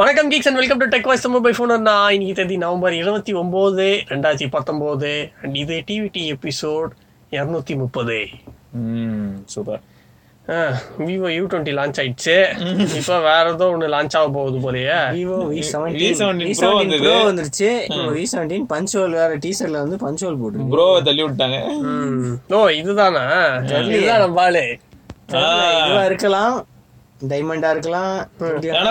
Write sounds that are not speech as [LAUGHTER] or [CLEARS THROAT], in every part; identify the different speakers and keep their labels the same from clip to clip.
Speaker 1: வணக்கம் geeks and welcome to tech voice mobile phone நான் இன்னைக்கு தேதி நவம்பர் இருபத்தி ஒம்பது ரெண்டாயிரத்தி பத்தொம்போது அண்ட் இது டிவிடி எபிசோட் இரநூத்தி முப்பது
Speaker 2: ம் super
Speaker 1: Vivo U twenty launch ஆயிடுச்சு இப்போ வேற ஏதோ ஒன்று லான்ச் ஆக போகுது போலயே
Speaker 3: Vivo V
Speaker 2: V
Speaker 3: seventeen
Speaker 2: seventeen
Speaker 3: V
Speaker 2: Pro
Speaker 3: seventeen
Speaker 2: வந்தது.
Speaker 3: ப்ரோ E வந்துருச்சு இப்போ வி செவன்டீன் பஞ்சுவல் வேற டீசர்ட்ல வந்து பஞ்சுவல் போட்டு
Speaker 2: ப்ரோவை தள்ளி விட்டாங்க
Speaker 1: ஓ இதுதானா இதுதான் நம்ம ஆளு
Speaker 3: இதுவா இருக்கலாம் டைமண்டா இருக்கலாம் இப்படியா-
Speaker 2: ஆனா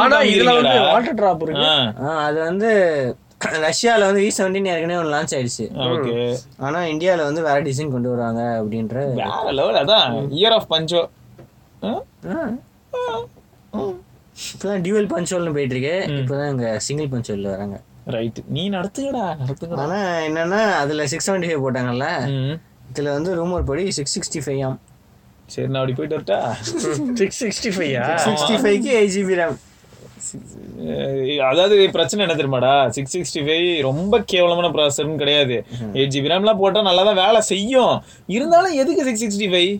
Speaker 1: ஆனா இதுல வந்து
Speaker 2: பஞ்சோல்
Speaker 1: வாட்டர் டிராப் இருக்கு
Speaker 3: ஆ, அது வந்து [CLEARS THROAT] ரஷ்யால வந்து வி செவன்டீன் ஏற்கனவே ஒன்று லான்ச் ஆயிடுச்சு
Speaker 2: ஓகே
Speaker 3: ஆனா இந்தியால வந்து வேற டிசைன் கொண்டு வராங்க அப்படின்ற
Speaker 2: வேற லெவல் அதான் இயர் ஆஃப் பஞ்சோ
Speaker 3: ஆ. இப்பதான் டியூவல் பஞ்சுவல்னு போயிட்டு இருக்கு இப்பதான் இங்க சிங்கிள் பஞ்சுவல்ல வராங்க
Speaker 2: ரைட் நீ நடத்துங்கடா நடத்துங்கடா
Speaker 3: ஆனா என்னன்னா அதுல சிக்ஸ் செவன்டி ஃபைவ் போட்டாங்கல்ல
Speaker 2: ம்.
Speaker 3: இதுல வந்து ரூமர் படி சிக்ஸ் சிக்ஸ்டி ஃபைவ் ஆம்
Speaker 2: சரி நான் அப்படி போயிட்டு வரட்டா
Speaker 1: சிக்ஸ் சிக்ஸ்டி ஃபைவ்யா
Speaker 3: சிக்ஸ்டி ஃபைவ்க்கு எயிட் ஜிபி ரேம்
Speaker 2: அஹ் அதாவது பிரச்சனை என்ன தெரியுமாடா சிக்ஸ் சிக்ஸ்டி ஃபைவ் ரொம்ப கேவலமான ப்ராசஸர்னு கிடையாது எயிட் ஜிபி ரேம்லாம் போட்டால் நல்லா தான் வேலை செய்யும் இருந்தாலும் எதுக்கு சிக்ஸ் சிக்ஸ்டி ஃபைவ்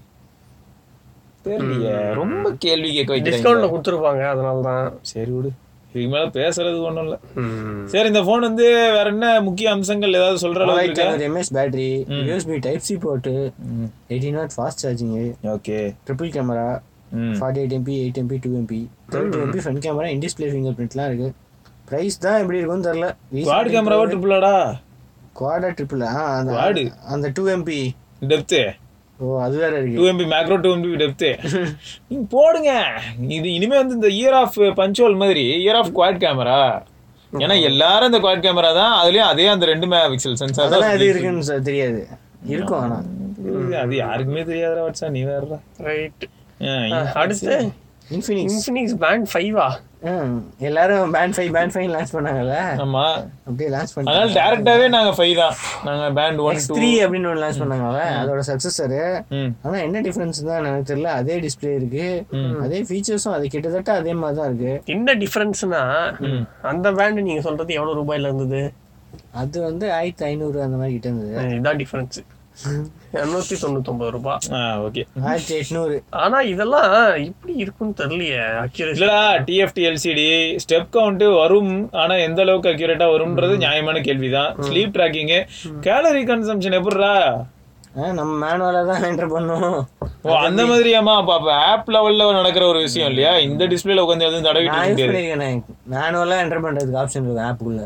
Speaker 2: தெரியலையே ரொம்ப கேள்வி கேட்க வைக்கிறேன்
Speaker 1: டிஸ்கவுண்ட்ல கொடுத்துருப்பாங்க அதனால தான்
Speaker 2: சரி விடு இதுக்கு மேல பேசுறது ஒண்ணும் இல்ல
Speaker 1: ம்.
Speaker 2: சரி இந்த போன் வந்து வேற என்ன முக்கிய அம்சங்கள் ஏதாவது சொல்ற அளவுக்கு இருக்கா
Speaker 3: MS battery USB type C port eighteen watt fast charging
Speaker 2: okay
Speaker 3: triple camera forty eight MP eight MP two MP thirty MP front camera in display finger பிரிண்ட்லாம் இருக்கு ப்ரைஸ் தான் எப்படி இருக்கும்னு தெரில
Speaker 2: குவாட் கேமராவா ட்ரிபிளாடா
Speaker 3: குவாடா ட்ரிபிள் ஆ அந்த
Speaker 2: Quad.
Speaker 3: அந்த two MP
Speaker 2: depth
Speaker 3: ஓ அது வேற
Speaker 2: டூ
Speaker 3: இருக்கு
Speaker 2: MP macro two MP
Speaker 3: [LAUGHS]
Speaker 2: depth நீங்க போடுங்க இது இனிமே வந்து இந்த இயர் ஆஃப் பஞ்சுவல் மாதிரி இயர் ஆஃப் குவாட் கேமரா ஏன்னா எல்லாரும் இந்த குவாட் கேமரா தான் அதுலயும் அதே அந்த ரெண்டு மெகா பிக்சல் சென்சார்
Speaker 3: அதெல்லாம் எது
Speaker 2: தான்
Speaker 3: இருக்குன்னு சொ- தெரியாது இருக்கும் ஆனா
Speaker 2: இது- அது யாருக்குமே தெரியாதுடா வச்சா நீ வேறடா
Speaker 1: ரைட்
Speaker 2: ஏன்,
Speaker 1: ஆ, அடுத்து
Speaker 3: இன்ஃபினிக்ஸ்
Speaker 1: இன்ஃபினிக்ஸ் பேண்ட் ஃபைவா
Speaker 3: எல்லாரும் band five band five launch பண்ணாங்கல்ல
Speaker 2: ஆமா
Speaker 3: அப்படியே லான்ச்
Speaker 2: அதனால
Speaker 3: பண்ணாங்க
Speaker 2: டேரக்டாவே நாங்க ஃபைவ் தான் நாங்க band one
Speaker 3: X
Speaker 2: two
Speaker 3: three அப்படின்னு ஒன்று லான்ச் பண்ணாங்கல்ல அதோட சக்சஸரு
Speaker 2: ம்
Speaker 3: ஆனா என்ன டிஃபரன்ஸ் தான் எனக்கு தெரியல அதே டிஸ்ப்ளே இருக்கு அதே ஃபீச்சர்ஸும் அது கிட்டத்தட்ட அதே மாதிரி தான் இருக்கு
Speaker 1: என்ன டிஃபரன்ஸ்னா அந்த பேண்ட் நீங்க சொல்றது எவ்வளவு ரூபாயில இருந்தது
Speaker 3: அது வந்து ஆயிரத்தி ஐநூறு அந்த மாதிரி கிட்ட இருந்தது
Speaker 1: அஹ் இதான் டிஃபரன்ஸ் இரநூத்தி தொண்ணூத்தொன்பது ரூபாய்
Speaker 2: ஆ ஓகே
Speaker 3: ஆயிரத்தி எட்நூறு
Speaker 1: ஆனா இதெல்லாம் இப்படி இருக்குன்னு தெரியலையே அக்யூரேசி
Speaker 2: இல்லடா டிஎஃப்டி எல்சிடி ஸ்டெப் கவுண்ட் வரும் ஆனா எந்த அளவுக்கு அக்யூரேட்டா வரும்ன்றது நியாயமான கேள்விதான் ஸ்லீப் ட்ராக்கிங் கேலரி கன்சம்ஷன் எப்படிடா
Speaker 3: நம்ம மேனுவலா தான் என்டர் பண்ணோம்
Speaker 2: ஓ அந்த மாதிரியாமா அப்ப அப்ப ஆப் லெவல்ல நடக்கிற ஒரு விஷயம் இல்லையா இந்த டிஸ்பிளேல உட்காந்து எதுவும் தடவிட்டு
Speaker 3: நான்
Speaker 2: இருக்க முடியாது
Speaker 3: யூஸ் பண்ணிருக்கேன் மேனுவலா என்டர் பண்றதுக்கு ஆப்ஷன் இருக்கு ஆப்புக்குள்ள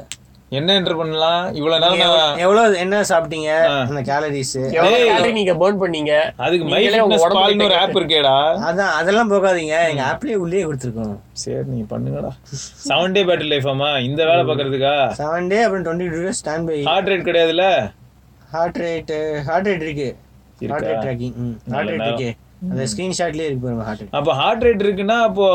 Speaker 2: என்ன என்டர் பண்ணலாம் இவ்வளவு நேரம் நான்
Speaker 3: எவ்வளவு என்ன சாப்பிட்டீங்க அந்த கேலரிஸ்
Speaker 1: எவ்வளவு calorie நீங்க burn பண்ணீங்க
Speaker 2: அதுக்கு மை
Speaker 1: நீங்களே உங்க
Speaker 2: ஃபிட்னஸ்
Speaker 1: உடம்பு
Speaker 2: பால்னு ஒரு ஆப் இருக்கேடா
Speaker 3: அதான் அதெல்லாம் போகாதீங்க எங்க ஆப்லயே உள்ளே கொடுத்துருக்கோம்
Speaker 2: சரி நீ பண்ணுங்கடா செவன் டே பேட்டரி லைஃப் ஆமா இந்த வேலை பாக்குறதுக்கா
Speaker 3: செவன் டே அப்புறம் twenty two days standby
Speaker 2: heart rate கிடையாதுல்ல
Speaker 3: ஹார்ட் ரேட் ஹார்ட் ரேட் இருக்கு
Speaker 2: இருக்கா?
Speaker 3: Heart rate tracking heart rate இருக்கு அந்த ஸ்கிரீன்ஷாட்லயே இருக்கு பாருங்க ஹார்ட் ரேட்
Speaker 2: அப்ப ஹார்ட் ரேட் இருக்குன்னா அப்போ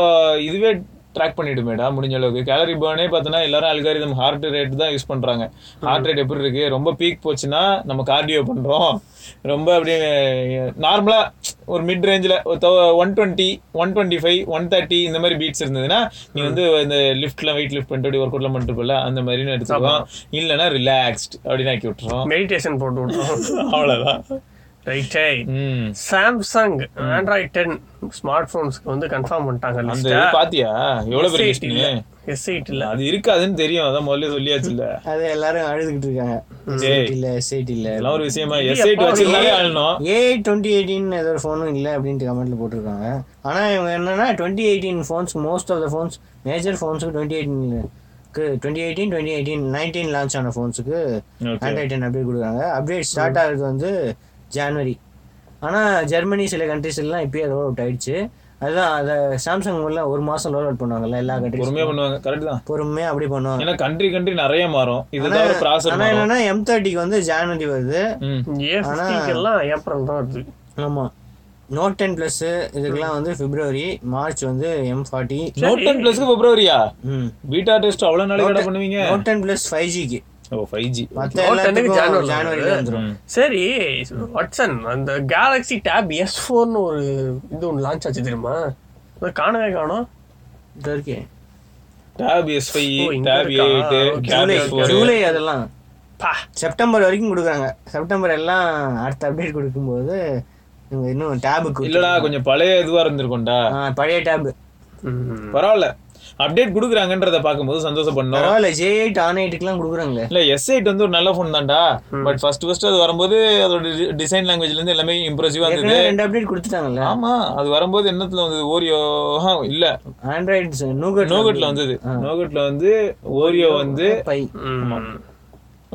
Speaker 2: இதுவே ட்ராக் பண்ணிடுமேடா முடிஞ்ச அளவுக்கு கேலரி பர்னே பார்த்தோன்னா எல்லாரும் அல்காரிதம் ஹார்ட் ரேட் தான் யூஸ் பண்றாங்க ஹார்ட் ரேட் எப்படி இருக்கு ரொம்ப பீக் போச்சுன்னா நம்ம கார்டியோ பண்றோம் ரொம்ப அப்படியே நார்மலா ஒரு மிட் ரேஞ்சில் one twenty one twenty five one thirty இந்த மாதிரி பீட்ஸ் இருந்ததுன்னா நீ வந்து இந்த லிஃப்ட்லாம் வெயிட் லிஃப்ட் பண்ணிட்டு ஒர்க் அவுட்லாம் பண்ணிட்டு போல அந்த மாதிரின்னு எடுத்துக்கலாம் இல்லைன்னா ரிலாக்ஸ்ட் அப்படின்னு ஆக்கி விட்டுறோம்
Speaker 1: மெடிடேஷன் போட்டு விட்டோம்
Speaker 2: அவ்வளோதான்
Speaker 1: ரைட்டே
Speaker 2: ம்
Speaker 1: சாம்சங் ஆண்ட்ராய்ட் டென் ஸ்மார்ட் போன்ஸ்க்கு வந்து கன்ஃபார்ம் பண்ணிட்டாங்க
Speaker 2: அந்த
Speaker 1: லிஸ்ட்
Speaker 2: இது பாத்தியா எவ்வளவு பெரிய
Speaker 1: S8 இல்ல
Speaker 2: listன்னு?
Speaker 1: S8 இல்ல
Speaker 2: அது இருக்காதுன்னு தெரியும் அதான் முதல்ல சொல்லியாச்சு இல்ல
Speaker 3: அது எல்லாரும் அழுதுகிட்டு இருக்காங்க
Speaker 2: டேய்.
Speaker 3: SIT இல்ல சேட் இல்ல
Speaker 2: இதெல்லாம் ஒரு விஷயமா
Speaker 1: இது
Speaker 2: எஸ்ஐடி
Speaker 1: எப்பா
Speaker 2: வச்சிருந்தாலே ஆளணும்
Speaker 3: ஏ டுவெண்ட்டி எயிட்டின் ஏதோ ஃபோனும் இல்லை அப்படின்ட்டு கமெண்ட்ல போட்டிருக்காங்க ஆனா இவங்க என்னன்னா twenty eighteen phones most of the phones major ஃபோன்ஸுக்கு டுவெண்ட்டி எயிட்டீனுக்கு twenty eighteen twenty eighteen nineteen launch ஆன ஃபோன்ஸுக்கு
Speaker 2: Okay.
Speaker 3: ஆண்ட்ராய்ட் டென் அப்டேட் கொடுக்குறாங்க அப்டேட் ஸ்டார்ட் ஆகுறது வந்து ஜான்வரி ஆனா ஜெர்மனி சில கண்ட்ரிஸ் எல்லாம் இப்பயே ரோல் அவுட் ஆயிடுச்சு அதுதான் அதை சாம்சங் எல்லாம் ஒரு மாசம் ரோல் அவுட் பண்ணுவாங்கல்ல எல்லா கண்ட்ரிஸ்
Speaker 2: பொறுமையா பண்ணுவாங்க கரெக்ட் தான்
Speaker 3: பொறுமையா அப்படி பண்ணுவாங்க
Speaker 2: ஏன்னா கண்ட்ரி கண்ட்ரி நிறைய மாறும் இது தவிர ப்ராசஸ்
Speaker 3: ஆனா
Speaker 2: மாறும்
Speaker 3: என்னன்னா எம் தேர்ட்டிக்கு வந்து ஜான்வரி வருது
Speaker 2: ம்.
Speaker 1: ஏ எல்லாம் ஏப்ரல் தான் வருது
Speaker 3: ஆமா நோட் டென் பிளஸ் இதுக்கெல்லாம் வந்து பிப்ரவரி மார்ச் வந்து எம் ஃபார்ட்டி
Speaker 2: நோட் டென் பிளஸ்க்கு பிப்ரவரியா
Speaker 3: ம்
Speaker 2: பீட்டா டெஸ்ட் அவ்வளவு நாளைக்கு கடை பண்ணுவீங்க
Speaker 3: நோட் டென் பிளஸ் ஃபைவ் ஜிக்கு
Speaker 2: ஓ ஃபைவ் ஜி
Speaker 3: மற்ற
Speaker 1: Note 10 க்கு
Speaker 3: எல்லாத்துக்கும்
Speaker 1: January
Speaker 3: ஜான்வரியில் வந்துடும்
Speaker 1: சரி வாட்சன் அந்த கேலக்ஸி டேப் எஸ் ஃபோர்னு ஒரு இது ஒன்று லான்ச் ஆச்சு தெரியுமா அதை காணவே காணோம்
Speaker 3: இது இருக்கே
Speaker 2: டேப் எஸ் ஃபைவ்
Speaker 1: ஓ, இங்க
Speaker 2: டேப்
Speaker 1: இருக்கா?
Speaker 2: Eight
Speaker 1: Okay.
Speaker 2: Tab
Speaker 3: July
Speaker 2: S four
Speaker 3: July அதெல்லாம்
Speaker 1: பா
Speaker 3: செப்டம்பர் வரைக்கும் கொடுக்குறாங்க செப்டம்பர் எல்லாம் அடுத்த அப்டேட் கொடுக்கும்போது இவங்க இன்னும் டேபுக்கு
Speaker 2: இல்லடா கொஞ்சம் பழைய இதுவா இருந்திருக்கும்டா
Speaker 3: பழைய டேபு
Speaker 1: ம்.
Speaker 2: பரவாயில்ல அப்டேட் கொடுக்குறாங்கன்றத பார்க்கும்போது சந்தோஷம் பண்ணோம்
Speaker 3: பரவாயில்ல ஜே எயிட் ஆன் எயிட்டுக்குலாம் கொடுக்குறாங்களே
Speaker 2: இல்ல எஸ் எயிட் வந்து ஒரு நல்ல ஃபோன் தான்டா பட் ஃபர்ஸ்ட் ஃபர்ஸ்ட் அது வரும்போது அதோட டிசைன் லாங்குவேஜ்ல இருந்து எல்லாமே இம்ப்ரெசிவா இருந்தது
Speaker 3: ஏற்கனவே ரெண்டு அப்டேட் கொடுத்துட்டாங்கல்ல
Speaker 2: ஆமா அது வரும்போது என்னத்துல வந்தது ஓரியோ இல்ல
Speaker 3: ஆண்ட்ராய்ட்ஸ் நூகட்
Speaker 2: நோகட்ல வந்தது நோகட்ல வந்து ஓரியோ வந்து
Speaker 3: பை
Speaker 1: ம்.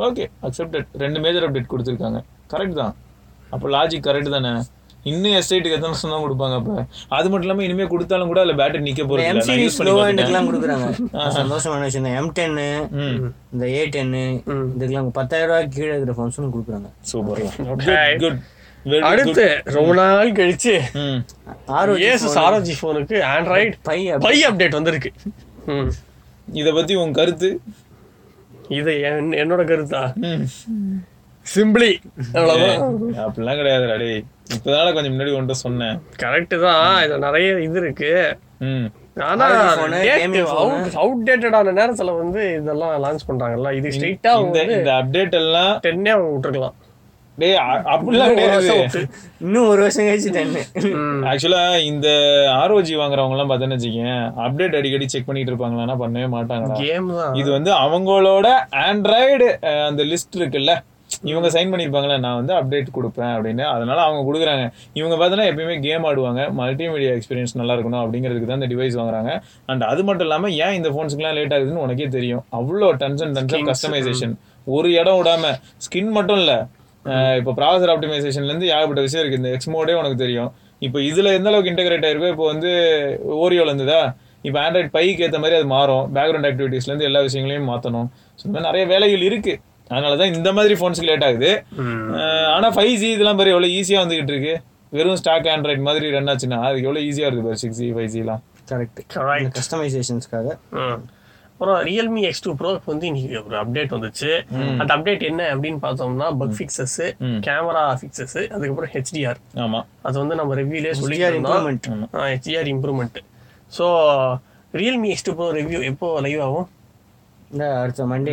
Speaker 2: ஓகே அக்செப்டட் ரெண்டு மேஜர் அப்டேட் கொடுத்துருக்காங்க கரெக்ட் தான் அப்போ லாஜிக் கரெக்ட் தானே இன்னும் எஸ்டேட்டுக்கு எத்தனை சொன்னா கொடுப்பாங்க அப்ப அது மட்டும் இல்லாம இனிமே கொடுத்தாலும் கூட அதுல பேட்டரி நிக்க போறது
Speaker 3: எம்
Speaker 2: இல்ல. நான் use
Speaker 3: சீரிஸ்
Speaker 2: பண்ணி
Speaker 3: லோ
Speaker 2: பார்த்துட்டேன்.
Speaker 3: ஹேண்டுக்குலாம் கொடுக்குறாங்க சந்தோஷமான விஷயம் எம் டென்னு
Speaker 2: ம்
Speaker 3: இந்த ஏ டென்னு இதுக்கெல்லாம் பத்தாயிரம் ரூபாய் கீழே இருக்கிற ஃபோன்ஸும் கொடுக்குறாங்க
Speaker 2: super
Speaker 1: Okay.
Speaker 2: Good very good
Speaker 1: அடுத்து ரொம்ப நாள் கழிச்சு
Speaker 2: ம்
Speaker 3: ஆறு
Speaker 1: ஏசஸ் ஆரோஜி போனுக்கு ஆண்ட்ராய்டு
Speaker 3: பை
Speaker 1: பை அப்டேட் வந்திருக்கு ம்.
Speaker 2: இத பத்தி உன் கருத்து
Speaker 1: இது என்- என்னோட கருத்தா
Speaker 2: ம்
Speaker 1: சிம்பிளி அவ்வளவுதான்
Speaker 2: ஏய், அப்படிலாம் கிடையாதுடா டேய் இப்பதான கொஞ்சம் முன்னாடி உன்கிட்ட சொன்னேன்
Speaker 1: கரெக்ட் தான் இதுல நிறைய இது இருக்கு
Speaker 2: ம்
Speaker 1: ஆனா
Speaker 3: Android phone, gaming phone.
Speaker 1: அவுடேட்டடான நேரத்துல வந்து இதெல்லாம் லான்ச் பண்றாங்கல்ல இது ஸ்ட்ரைட்டா
Speaker 2: இந்த இந்த அப்டேட் எல்லாம்
Speaker 1: டென்னே அவங்க விட்டுருக்கலாம்
Speaker 2: டேய் அ- அப்படிலாம் கிடையாது
Speaker 3: இன்னும் ஒரு வருஷம் கழிச்சு டென்னு
Speaker 2: ஆக்சுவலா இந்த ஆர்ஓஜி வாங்குறவங்க எல்லாம் பார்த்தேன்னு வச்சுக்கேன் அப்டேட் அடிக்கடி செக் பண்ணிட்டு இருப்பாங்களான்னா பண்ணவே மாட்டாங்கடா
Speaker 1: கேம் தான்
Speaker 2: இது வந்து அவங்களோட ஆண்ட்ராய்டு அந்த லிஸ்ட் இருக்குல்ல இவங்க சைன் பண்ணியிருப்பாங்களே நான் வந்து அப்டேட் கொடுப்பேன் அப்படின்னு அதனால அவங்க கொடுக்குறாங்க இவங்க பார்த்தோன்னா எப்பயுமே கேம் ஆடுவாங்க மல்டிமீடியா எக்ஸ்பீரியன்ஸ் நல்லா இருக்கணும் அப்படிங்கிறதுக்கு தான் இந்த டிவைஸ் வாங்குறாங்க அண்ட் அது மட்டும் இல்லாமல் ஏன் இந்த ஃபோன்ஸுக்குலாம் லேட் ஆகுதுன்னு உனக்கே தெரியும் அவ்வளோ டென்ஷன் டென்ஷன் கஸ்டமைசேஷன் ஒரு இடம் விடாம ஸ்கின் மட்டும் இல்லை இப்போ ப்ராசர் ஆப்டிமைசேஷன்லேருந்து ஏகப்பட்ட விஷயம் இருக்குது இந்த எக்ஸ்மோடே உனக்கு தெரியும் இப்போ இதில் எந்த அளவுக்கு இன்டெகிரேட் ஆயிருக்கோ இப்போ வந்து ஓரியோல இருந்ததா இப்போ ஆண்ட்ராய்ட் பைக்கு ஏற்ற மாதிரி அது மாறும் பேக்ரவுண்ட் ஆக்டிவிட்டீஸ்லேருந்து எல்லா விஷயங்களையும் மாற்றணும் ஸோ இந்த மாதிரி நிறைய வேலைகள் இருக்குது அதனால தான் இந்த மாதிரி ஃபோன்ஸுக்கு லேட் ஆகுது ஆனால் ஃபைவ் ஜி இதெல்லாம் பாரு எவ்வளோ ஈஸியாக வந்துகிட்டு இருக்கு வெறும் ஸ்டாக் ஆண்ட்ராய்ட் மாதிரி ரன் ஆச்சுன்னா அதுக்கு எவ்வளோ ஈஸியாக இருக்குது பாரு சிக்ஸ் ஜி ஃபைவ் ஜிலாம்
Speaker 3: கரெக்ட்
Speaker 1: Correct.
Speaker 3: கஸ்டமைசேஷன்ஸ்க்காக
Speaker 1: ம். அப்புறம் ரியல்மி எக்ஸ் டூ ப்ரோக்கு வந்து இன்னைக்கு ஒரு அப்டேட் வந்துச்சு அந்த அப்டேட் என்ன அப்படின்னு பார்த்தோம்னா பக் ஃபிக்சஸ்
Speaker 2: ம்.
Speaker 1: கேமரா ஃபிக்சஸ் அதுக்கப்புறம் ஹெச்டிஆர்
Speaker 2: ஆமாம்
Speaker 1: அது வந்து நம்ம ரிவ்யூலே சொல்லி
Speaker 3: HDR improvement
Speaker 1: HDR improvement so Realme X two pro review எப்போ லைவ் ஆகும்
Speaker 3: இந்த அடுத்த மண்டே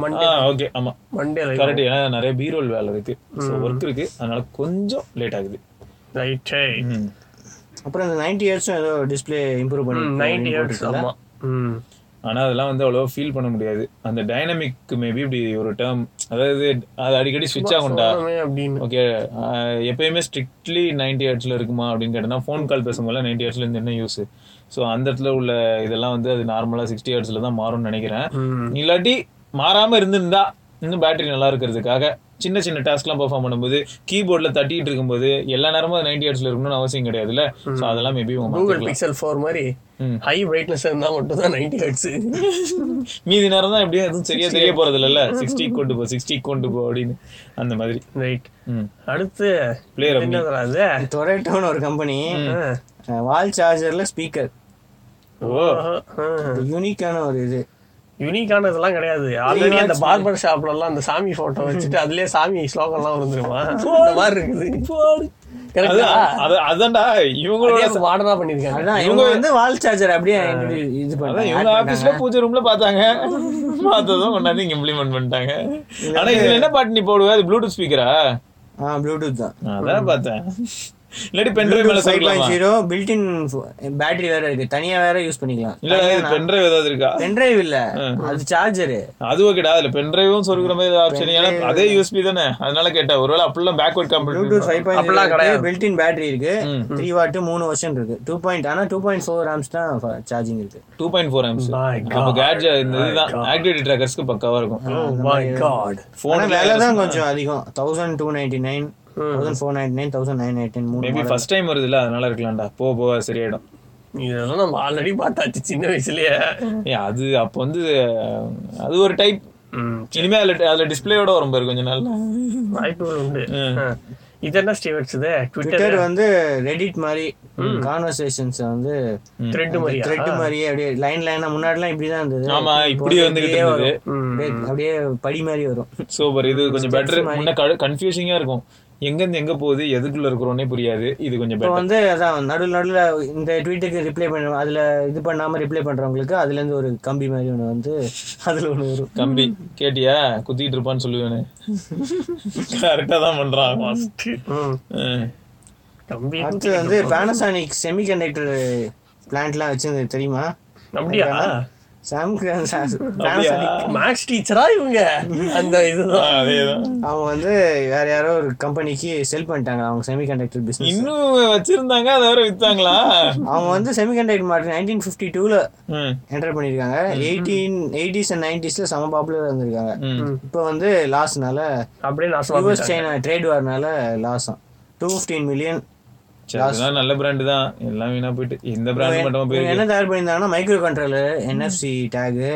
Speaker 1: மண்டே
Speaker 2: ஓகே ஆமாம்
Speaker 1: மண்டே லைவ்
Speaker 2: கரெக்ட் ஏன்னா நிறைய பீரோல் வேலை இருக்கு ஸோ ஒர்க் இருக்கு அதனால கொஞ்சம் லேட் ஆகுது
Speaker 1: ரைட்டே
Speaker 3: அப்புறம் இந்த நைன்டி இயர்ஸும் ஏதோ டிஸ்பிளே இம்ப்ரூவ் பண்ணி
Speaker 1: நைன்டி ஹர்ட்ஸ் ஆமா ம்
Speaker 2: ஆனா அதெல்லாம் வந்து அவ்வளோ ஃபீல் பண்ண முடியாது அந்த டைனமிக் மேபி இப்படி ஒரு டேர்ம் அதாவது அது அடிக்கடி ஸ்விட்ச் ஆகும்டா
Speaker 1: சொல்லணுமே அப்படின்னு
Speaker 2: ஓகே எப்பயுமே ஸ்ட்ரிக்ட்லி நைன்டி ஹர்ட்ஸில் இருக்குமா அப்படின்னு கேட்டோம்னா ஃபோன் கால் பேசும்போது நைன்டி ஹர்ட்ஸ்ல இருந்து என்ன யூஸ் ஸோ அந்த இடத்துல உள்ள இதெல்லாம் வந்து அது நார்மலாக சிக்ஸ்டி ஹர்ட்ஸில் தான் மாறும்னு நினைக்கிறேன்
Speaker 1: ம்.
Speaker 2: இல்லாட்டி மாறாம இருந்திருந்தா இன்னும் பேட்டரி நல்லா இருக்கிறதுக்காக சின்ன சின்ன டாஸ்க்லாம் பெர்ஃபார்ம் பண்ணும்போது கீபோர்டில் தட்டிட்டு இருக்கும்போது எல்லா நேரமும் அது நைன்டி ஹர்ட்ஸ்ல இருக்கணும்னு அவசியம் கிடையாதுல்ல ஸோ அதெல்லாம் மேபி உங்க
Speaker 1: கூகுள்
Speaker 2: மாத்திக்கலாம்.
Speaker 1: பிக்சல் ஃபோர் மாதிரி
Speaker 2: ம்.
Speaker 1: ஹை பிரைட்னஸ் இருந்தால் மட்டும் தான் நைன்டி
Speaker 2: [LAUGHS]
Speaker 1: ஹர்ட்ஸ்
Speaker 2: மீதி நேரம் தான் எப்படியும் எதுவும் சரியா தெரிய போறது இல்லைல்ல சிக்ஸ்டி கொண்டு போ சிக்ஸ்டி கொண்டு போ அப்படின்னு அந்த மாதிரி
Speaker 1: ரைட்
Speaker 2: ம்
Speaker 1: அடுத்து
Speaker 2: Player of
Speaker 1: என்னதுடா அது
Speaker 3: டொரேட்டோன்னு ஒரு கம்பெனி
Speaker 1: ஆ.
Speaker 3: வால் சார்ஜர்ல ஸ்பீக்கர்
Speaker 2: ஓ
Speaker 3: யூனிக்கான ஒரு இது
Speaker 1: யூனிக்கான இதெல்லாம் கிடையாது ஆல்ரெடி அந்த பார்பர் ஷாப்ல எல்லாம் அந்த சாமி போட்டோ வச்சுட்டு அதுலயே சாமி ஸ்லோகம் எல்லாம் வந்துருமா அந்த மாதிரி இருக்குது கரெக்டா
Speaker 2: அதான் அத- அதான்டா இவங்களோட
Speaker 1: மாடர்னா பண்ணிருக்காங்க
Speaker 3: அதான் இவங்க வந்து வால் சார்ஜர் அப்படியே இது
Speaker 2: அதான் இவங்க
Speaker 3: பண்ணாங்க
Speaker 2: ஆபீஸ்ல பூஜை ரூம்ல பார்த்தாங்க பார்த்ததும் கொண்டாந்து இங்க இம்ப்ளிமெண்ட் பண்ணிட்டாங்க ஆனா இதுல என்ன பாட்டு நீ போடுவ அது ப்ளூடூத் ஸ்பீக்கரா
Speaker 3: ஆ ப்ளூடூத் தான்
Speaker 2: நான் அதான் பார்த்தேன் இல்லாட்டி பென்ட்ரைவ் மேல
Speaker 3: ஃபைவ்
Speaker 2: சைட்லாமா
Speaker 3: பாயிண்ட் ஜீரோ பில்டின் பேட்டரி வேற இருக்கு தனியா வேற யூஸ் பண்ணிக்கலாம்
Speaker 2: இல்ல இது பென்ட்ரைவ் ஏதாவது இருக்கா
Speaker 3: பென்டிரைவ் இல்ல அது சார்ஜரு
Speaker 2: அது ஓகேடா அதுல பென்ட்ரைவும் சொருகிற மாதிரி ஆப்ஷன் ஏன்னா அதே யூஎஸ்பி தானே அதனால கேட்டேன் ஒருவேளை அப்படிலாம் backward
Speaker 3: Bluetooth
Speaker 2: computer
Speaker 3: five point
Speaker 1: அப்படிலாம் கிடையாது.
Speaker 3: பில்டின் பேட்டரி இருக்கு த்ரீ வாட் மூணு வருஷம் இருக்கு டூ பாயிண்ட் ஆனா டூ பாயிண்ட் ஃபோர் ஆம்ஸ் தான் சார்ஜிங் இருக்கு
Speaker 2: டூ பாயிண்ட் ஃபோர் எம்ஸ்
Speaker 1: My
Speaker 2: அப்போ
Speaker 1: God.
Speaker 2: கேட்ஜெட் இந்த இதுதான் ஆக்டிவிட்டி ட்ராக்கர்ஸ்க்கு பக்காவா இருக்கும்
Speaker 1: ஓ மை காட்
Speaker 3: ஆனா
Speaker 2: ஃபோன்
Speaker 3: விலை தான் கொஞ்சம் அதிகம் thousand two ninety nine thousand four ninety nine thousand nine ninety nine
Speaker 2: maybe
Speaker 3: மூணு
Speaker 2: ஃபர்ஸ்ட் டைம் வருதுல்ல அதனால இருக்கலாம்டா போ போ அது சரியாயிடும்
Speaker 1: இதெல்லாம் நம்ம ஆல்ரெடி பார்த்தாச்சு சின்ன வயசுலயே
Speaker 2: ஏ அது அப்போ வந்து அது ஒரு டைப்
Speaker 1: ம்,
Speaker 2: இனிமே அதுல அதுல டிஸ்பிளேயோட வரும் பாரு கொஞ்ச நாள்ல
Speaker 1: வாய்ப்புகள் உண்டு ஆ. இது என்ன ஸ்டீவர்ட்ஸ் இது ட்விட்டர்
Speaker 3: ட்விட்டர் வந்து ரெடிட் மாதிரி கான்வர்சேஷன்ஸ் வந்து
Speaker 1: த்ரெட் மாதிரியா
Speaker 3: த்ரெட் மாதிரியே அப்படியே லைன் லைனா முன்னாடிலாம் இப்படி தான் இருந்தது
Speaker 2: ஆமா இப்படி வந்துகிட்டு
Speaker 3: இப்படியே
Speaker 2: இருந்தது
Speaker 3: வரும். அப்படியே- அப்படியே படி மாதிரி வரும்
Speaker 2: சூப்பர் இது கொஞ்சம் பெட்டர் முன்ன கன்ஃபியூசிங்கா இருக்கும் எங்க இருந்து எங்க போகுது எதுக்குள்ள இருக்கிறோன்னே புரியாது இது கொஞ்சம்
Speaker 3: இப்போ
Speaker 2: பெட்டர்
Speaker 3: வந்து அதான் நடு நடுல இந்த ட்வீட்டுக்கு ரிப்ளை பண்ண அதுல இது பண்ணாம ரிப்ளை பண்றவங்களுக்கு அதுல இருந்து ஒரு கம்பி மாதிரி ஒன்று வந்து அதுல ஒன்று வரும்
Speaker 2: கம்பி கேட்டியா குத்திட்டு இருப்பான்னு
Speaker 1: [LAUGHS]
Speaker 2: சொல்லுவேனே கரெக்டா தான் பண்றான்
Speaker 1: ம்.
Speaker 2: ம்.
Speaker 1: கம்பி
Speaker 3: அடுத்து வந்து பேனசானிக் செமிகண்டக்டர் பிளான்ட்லாம் வச்சிருந்தது தெரியுமா
Speaker 1: அப்படியா
Speaker 3: சாம்சங் சாம்சங்
Speaker 1: மேக்ஸ் டீச்சரா இவங்க அந்த
Speaker 2: ஆ,
Speaker 1: இதுதான்
Speaker 2: அதேதான்
Speaker 3: அவங்க வந்து வேற யாரோ ஒரு கம்பெனிக்கு செல் பண்ணிட்டாங்க அவங்க செமிகண்டக்டர் பிசினஸ்
Speaker 2: இன்னும் வச்சிருந்தாங்க அதை வேற வித்தாங்களா
Speaker 3: அவங்க வந்து செமிகண்டக்டர் மார்க்கெட் நைன்டீன் ஃபிஃப்டி டூவில்
Speaker 2: ம்,
Speaker 3: என்டர் பண்ணியிருக்காங்க எயிட்டீன் எயிட்டிஸ் அண்ட் நைன்டிஸில் செம பாப்புலர் இருந்திருக்காங்க
Speaker 2: ம்.
Speaker 3: இப்போ வந்து லாஸ்னால
Speaker 1: அப்படியே நாசமா
Speaker 3: யூஎஸ் சைனா ட்ரேட் வார்னால லாஸ் தான் டூ ஃபிஃப்டீன் மில்லியன்
Speaker 2: சரி, அதுதான் நல்ல பிராண்டு தான் எல்லாம் வீணா போயிட்டு இந்த பிராண்ட் மட்டுமா போயிருக்கு
Speaker 3: என்ன தயார் பண்ணியிருந்தாங்கன்னா மைக்ரோ கண்ட்ரோலர் என்எஃப்சி டேகு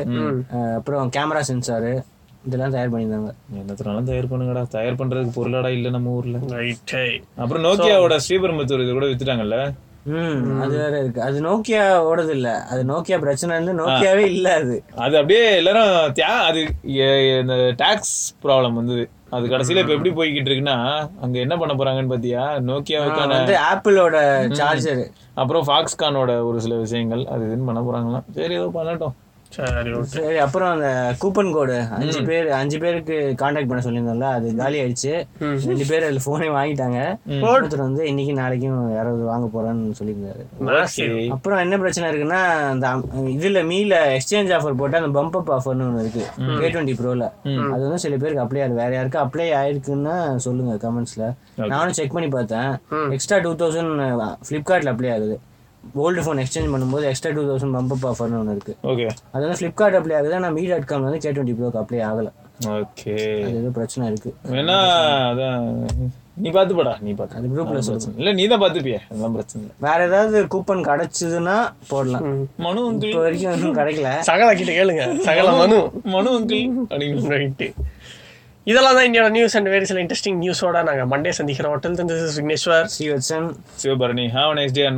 Speaker 3: அப்புறம் கேமரா சென்சாரு இதெல்லாம் தயார் பண்ணியிருந்தாங்க
Speaker 2: என்னத்தினாலும் தயார் பண்ணுங்கடா தயார் பண்றதுக்கு பொருளாடா இல்ல நம்ம ஊர்ல
Speaker 1: ரைட்டே
Speaker 2: அப்புறம் நோக்கியாவோட ஸ்ரீபெரும்புத்தூர் இது கூட வித்துட்டாங்கல்ல
Speaker 3: ம் அது வேற இருக்கு அது நோக்கியாவோடது இல்ல அது நோக்கியா பிரச்சனை வந்து நோக்கியாவே இல்ல அது
Speaker 2: அது அப்படியே எல்லாரும் தியா அது எ- எ- இந்த டாக்ஸ் ப்ராப்ளம் வந்தது அது கடைசியில இப்ப எப்படி போய்கிட்டு இருக்குன்னா அங்க என்ன பண்ண போறாங்கன்னு பாத்தியா நோக்கியாவுக்கான
Speaker 3: வந்து ஆப்பிளோட சார்ஜர்
Speaker 2: அப்புறம் ஃபாக்ஸ்கானோட ஒரு சில விஷயங்கள் அது இதுன்னு பண்ண போறாங்களாம் சரி ஏதோ பண்ணட்டும்
Speaker 1: சரி ஓகே
Speaker 3: சரி அப்புறம் அந்த கூப்பன் கோடு அஞ்சு பேர் அஞ்சு பேருக்கு காண்டாக்ட் பண்ண சொல்லியிருந்தோம்ல அது காலி ஆயிடுச்சு ரெண்டு பேர் அதுல போனே வாங்கிட்டாங்க ஒருத்தர் வந்து இன்னைக்கு நாளைக்கும் யாராவது வாங்க போறேன்னு சொல்லியிருந்தாரு
Speaker 1: மேக்ஸ்
Speaker 3: அப்புறம் என்ன பிரச்சனை இருக்குன்னா அந்த அம்- இதுல மீல எக்ஸ்சேஞ்ச் ஆஃபர் போட்டு அந்த பம்ப் அப் ஆஃபர்னு ஒன்று இருக்கு ஏ டுவெண்ட்டி ப்ரோல அது வந்து சில பேருக்கு அப்ளை ஆகுது வேற யாருக்கு அப்ளை ஆயிருக்குன்னா சொல்லுங்க கமெண்ட்ஸ்ல நானும் செக் பண்ணி பார்த்தேன் எக்ஸ்ட்ரா டூ தௌசண்ட் ஃபிளிப்கார்ட்ல அப்ளை ஆகுது ஓல்டு ஃபோன் எக்ஸ்சேஞ்ச் பண்ணும்போது extra two thousand bump up ஆஃபர்னு ஒன்று இருக்கு
Speaker 2: ஓகே
Speaker 3: அது வந்து ஃப்ளிப்கார்ட் அப்ளை ஆகுது ஆனால் மீ டாட் காம் வந்து கே டுவெண்ட்டி ப்ரோக்கு அப்ளை ஆகலை
Speaker 2: ஓகே
Speaker 3: அது ஏதோ பிரச்சனை இருக்கு
Speaker 2: வேணா அதான் நீ பாத்துப்படா நீ பாத்து
Speaker 3: அது குரூப்ல சொல்லுங்க
Speaker 2: இல்ல நீ தான் பாத்துப்பிய அதெல்லாம் பிரச்சனை இல்ல
Speaker 3: வேற ஏதாவது கூப்பன் கிடைச்சதுன்னா போடலாம்
Speaker 2: மனு அங்கிள்
Speaker 3: இப்போ வரைக்கும் ஒன்றும் கிடைக்கல
Speaker 1: சகல கிட்ட கேளுங்க சகல மனு
Speaker 2: மனு அங்கிள் அப்படிங்க
Speaker 1: ரைட்டு இதெல்லாம் தான் இந்தியோட நியூஸ் அண்ட் வேறு சில இன்ட்ரெஸ்டிங் நியூஸோட நாங்கள் மண்டே சந்திக்கிறோம் ஹோட்டல் this is Vigneshwar
Speaker 3: Srivatsan
Speaker 2: Sivabharani have nice day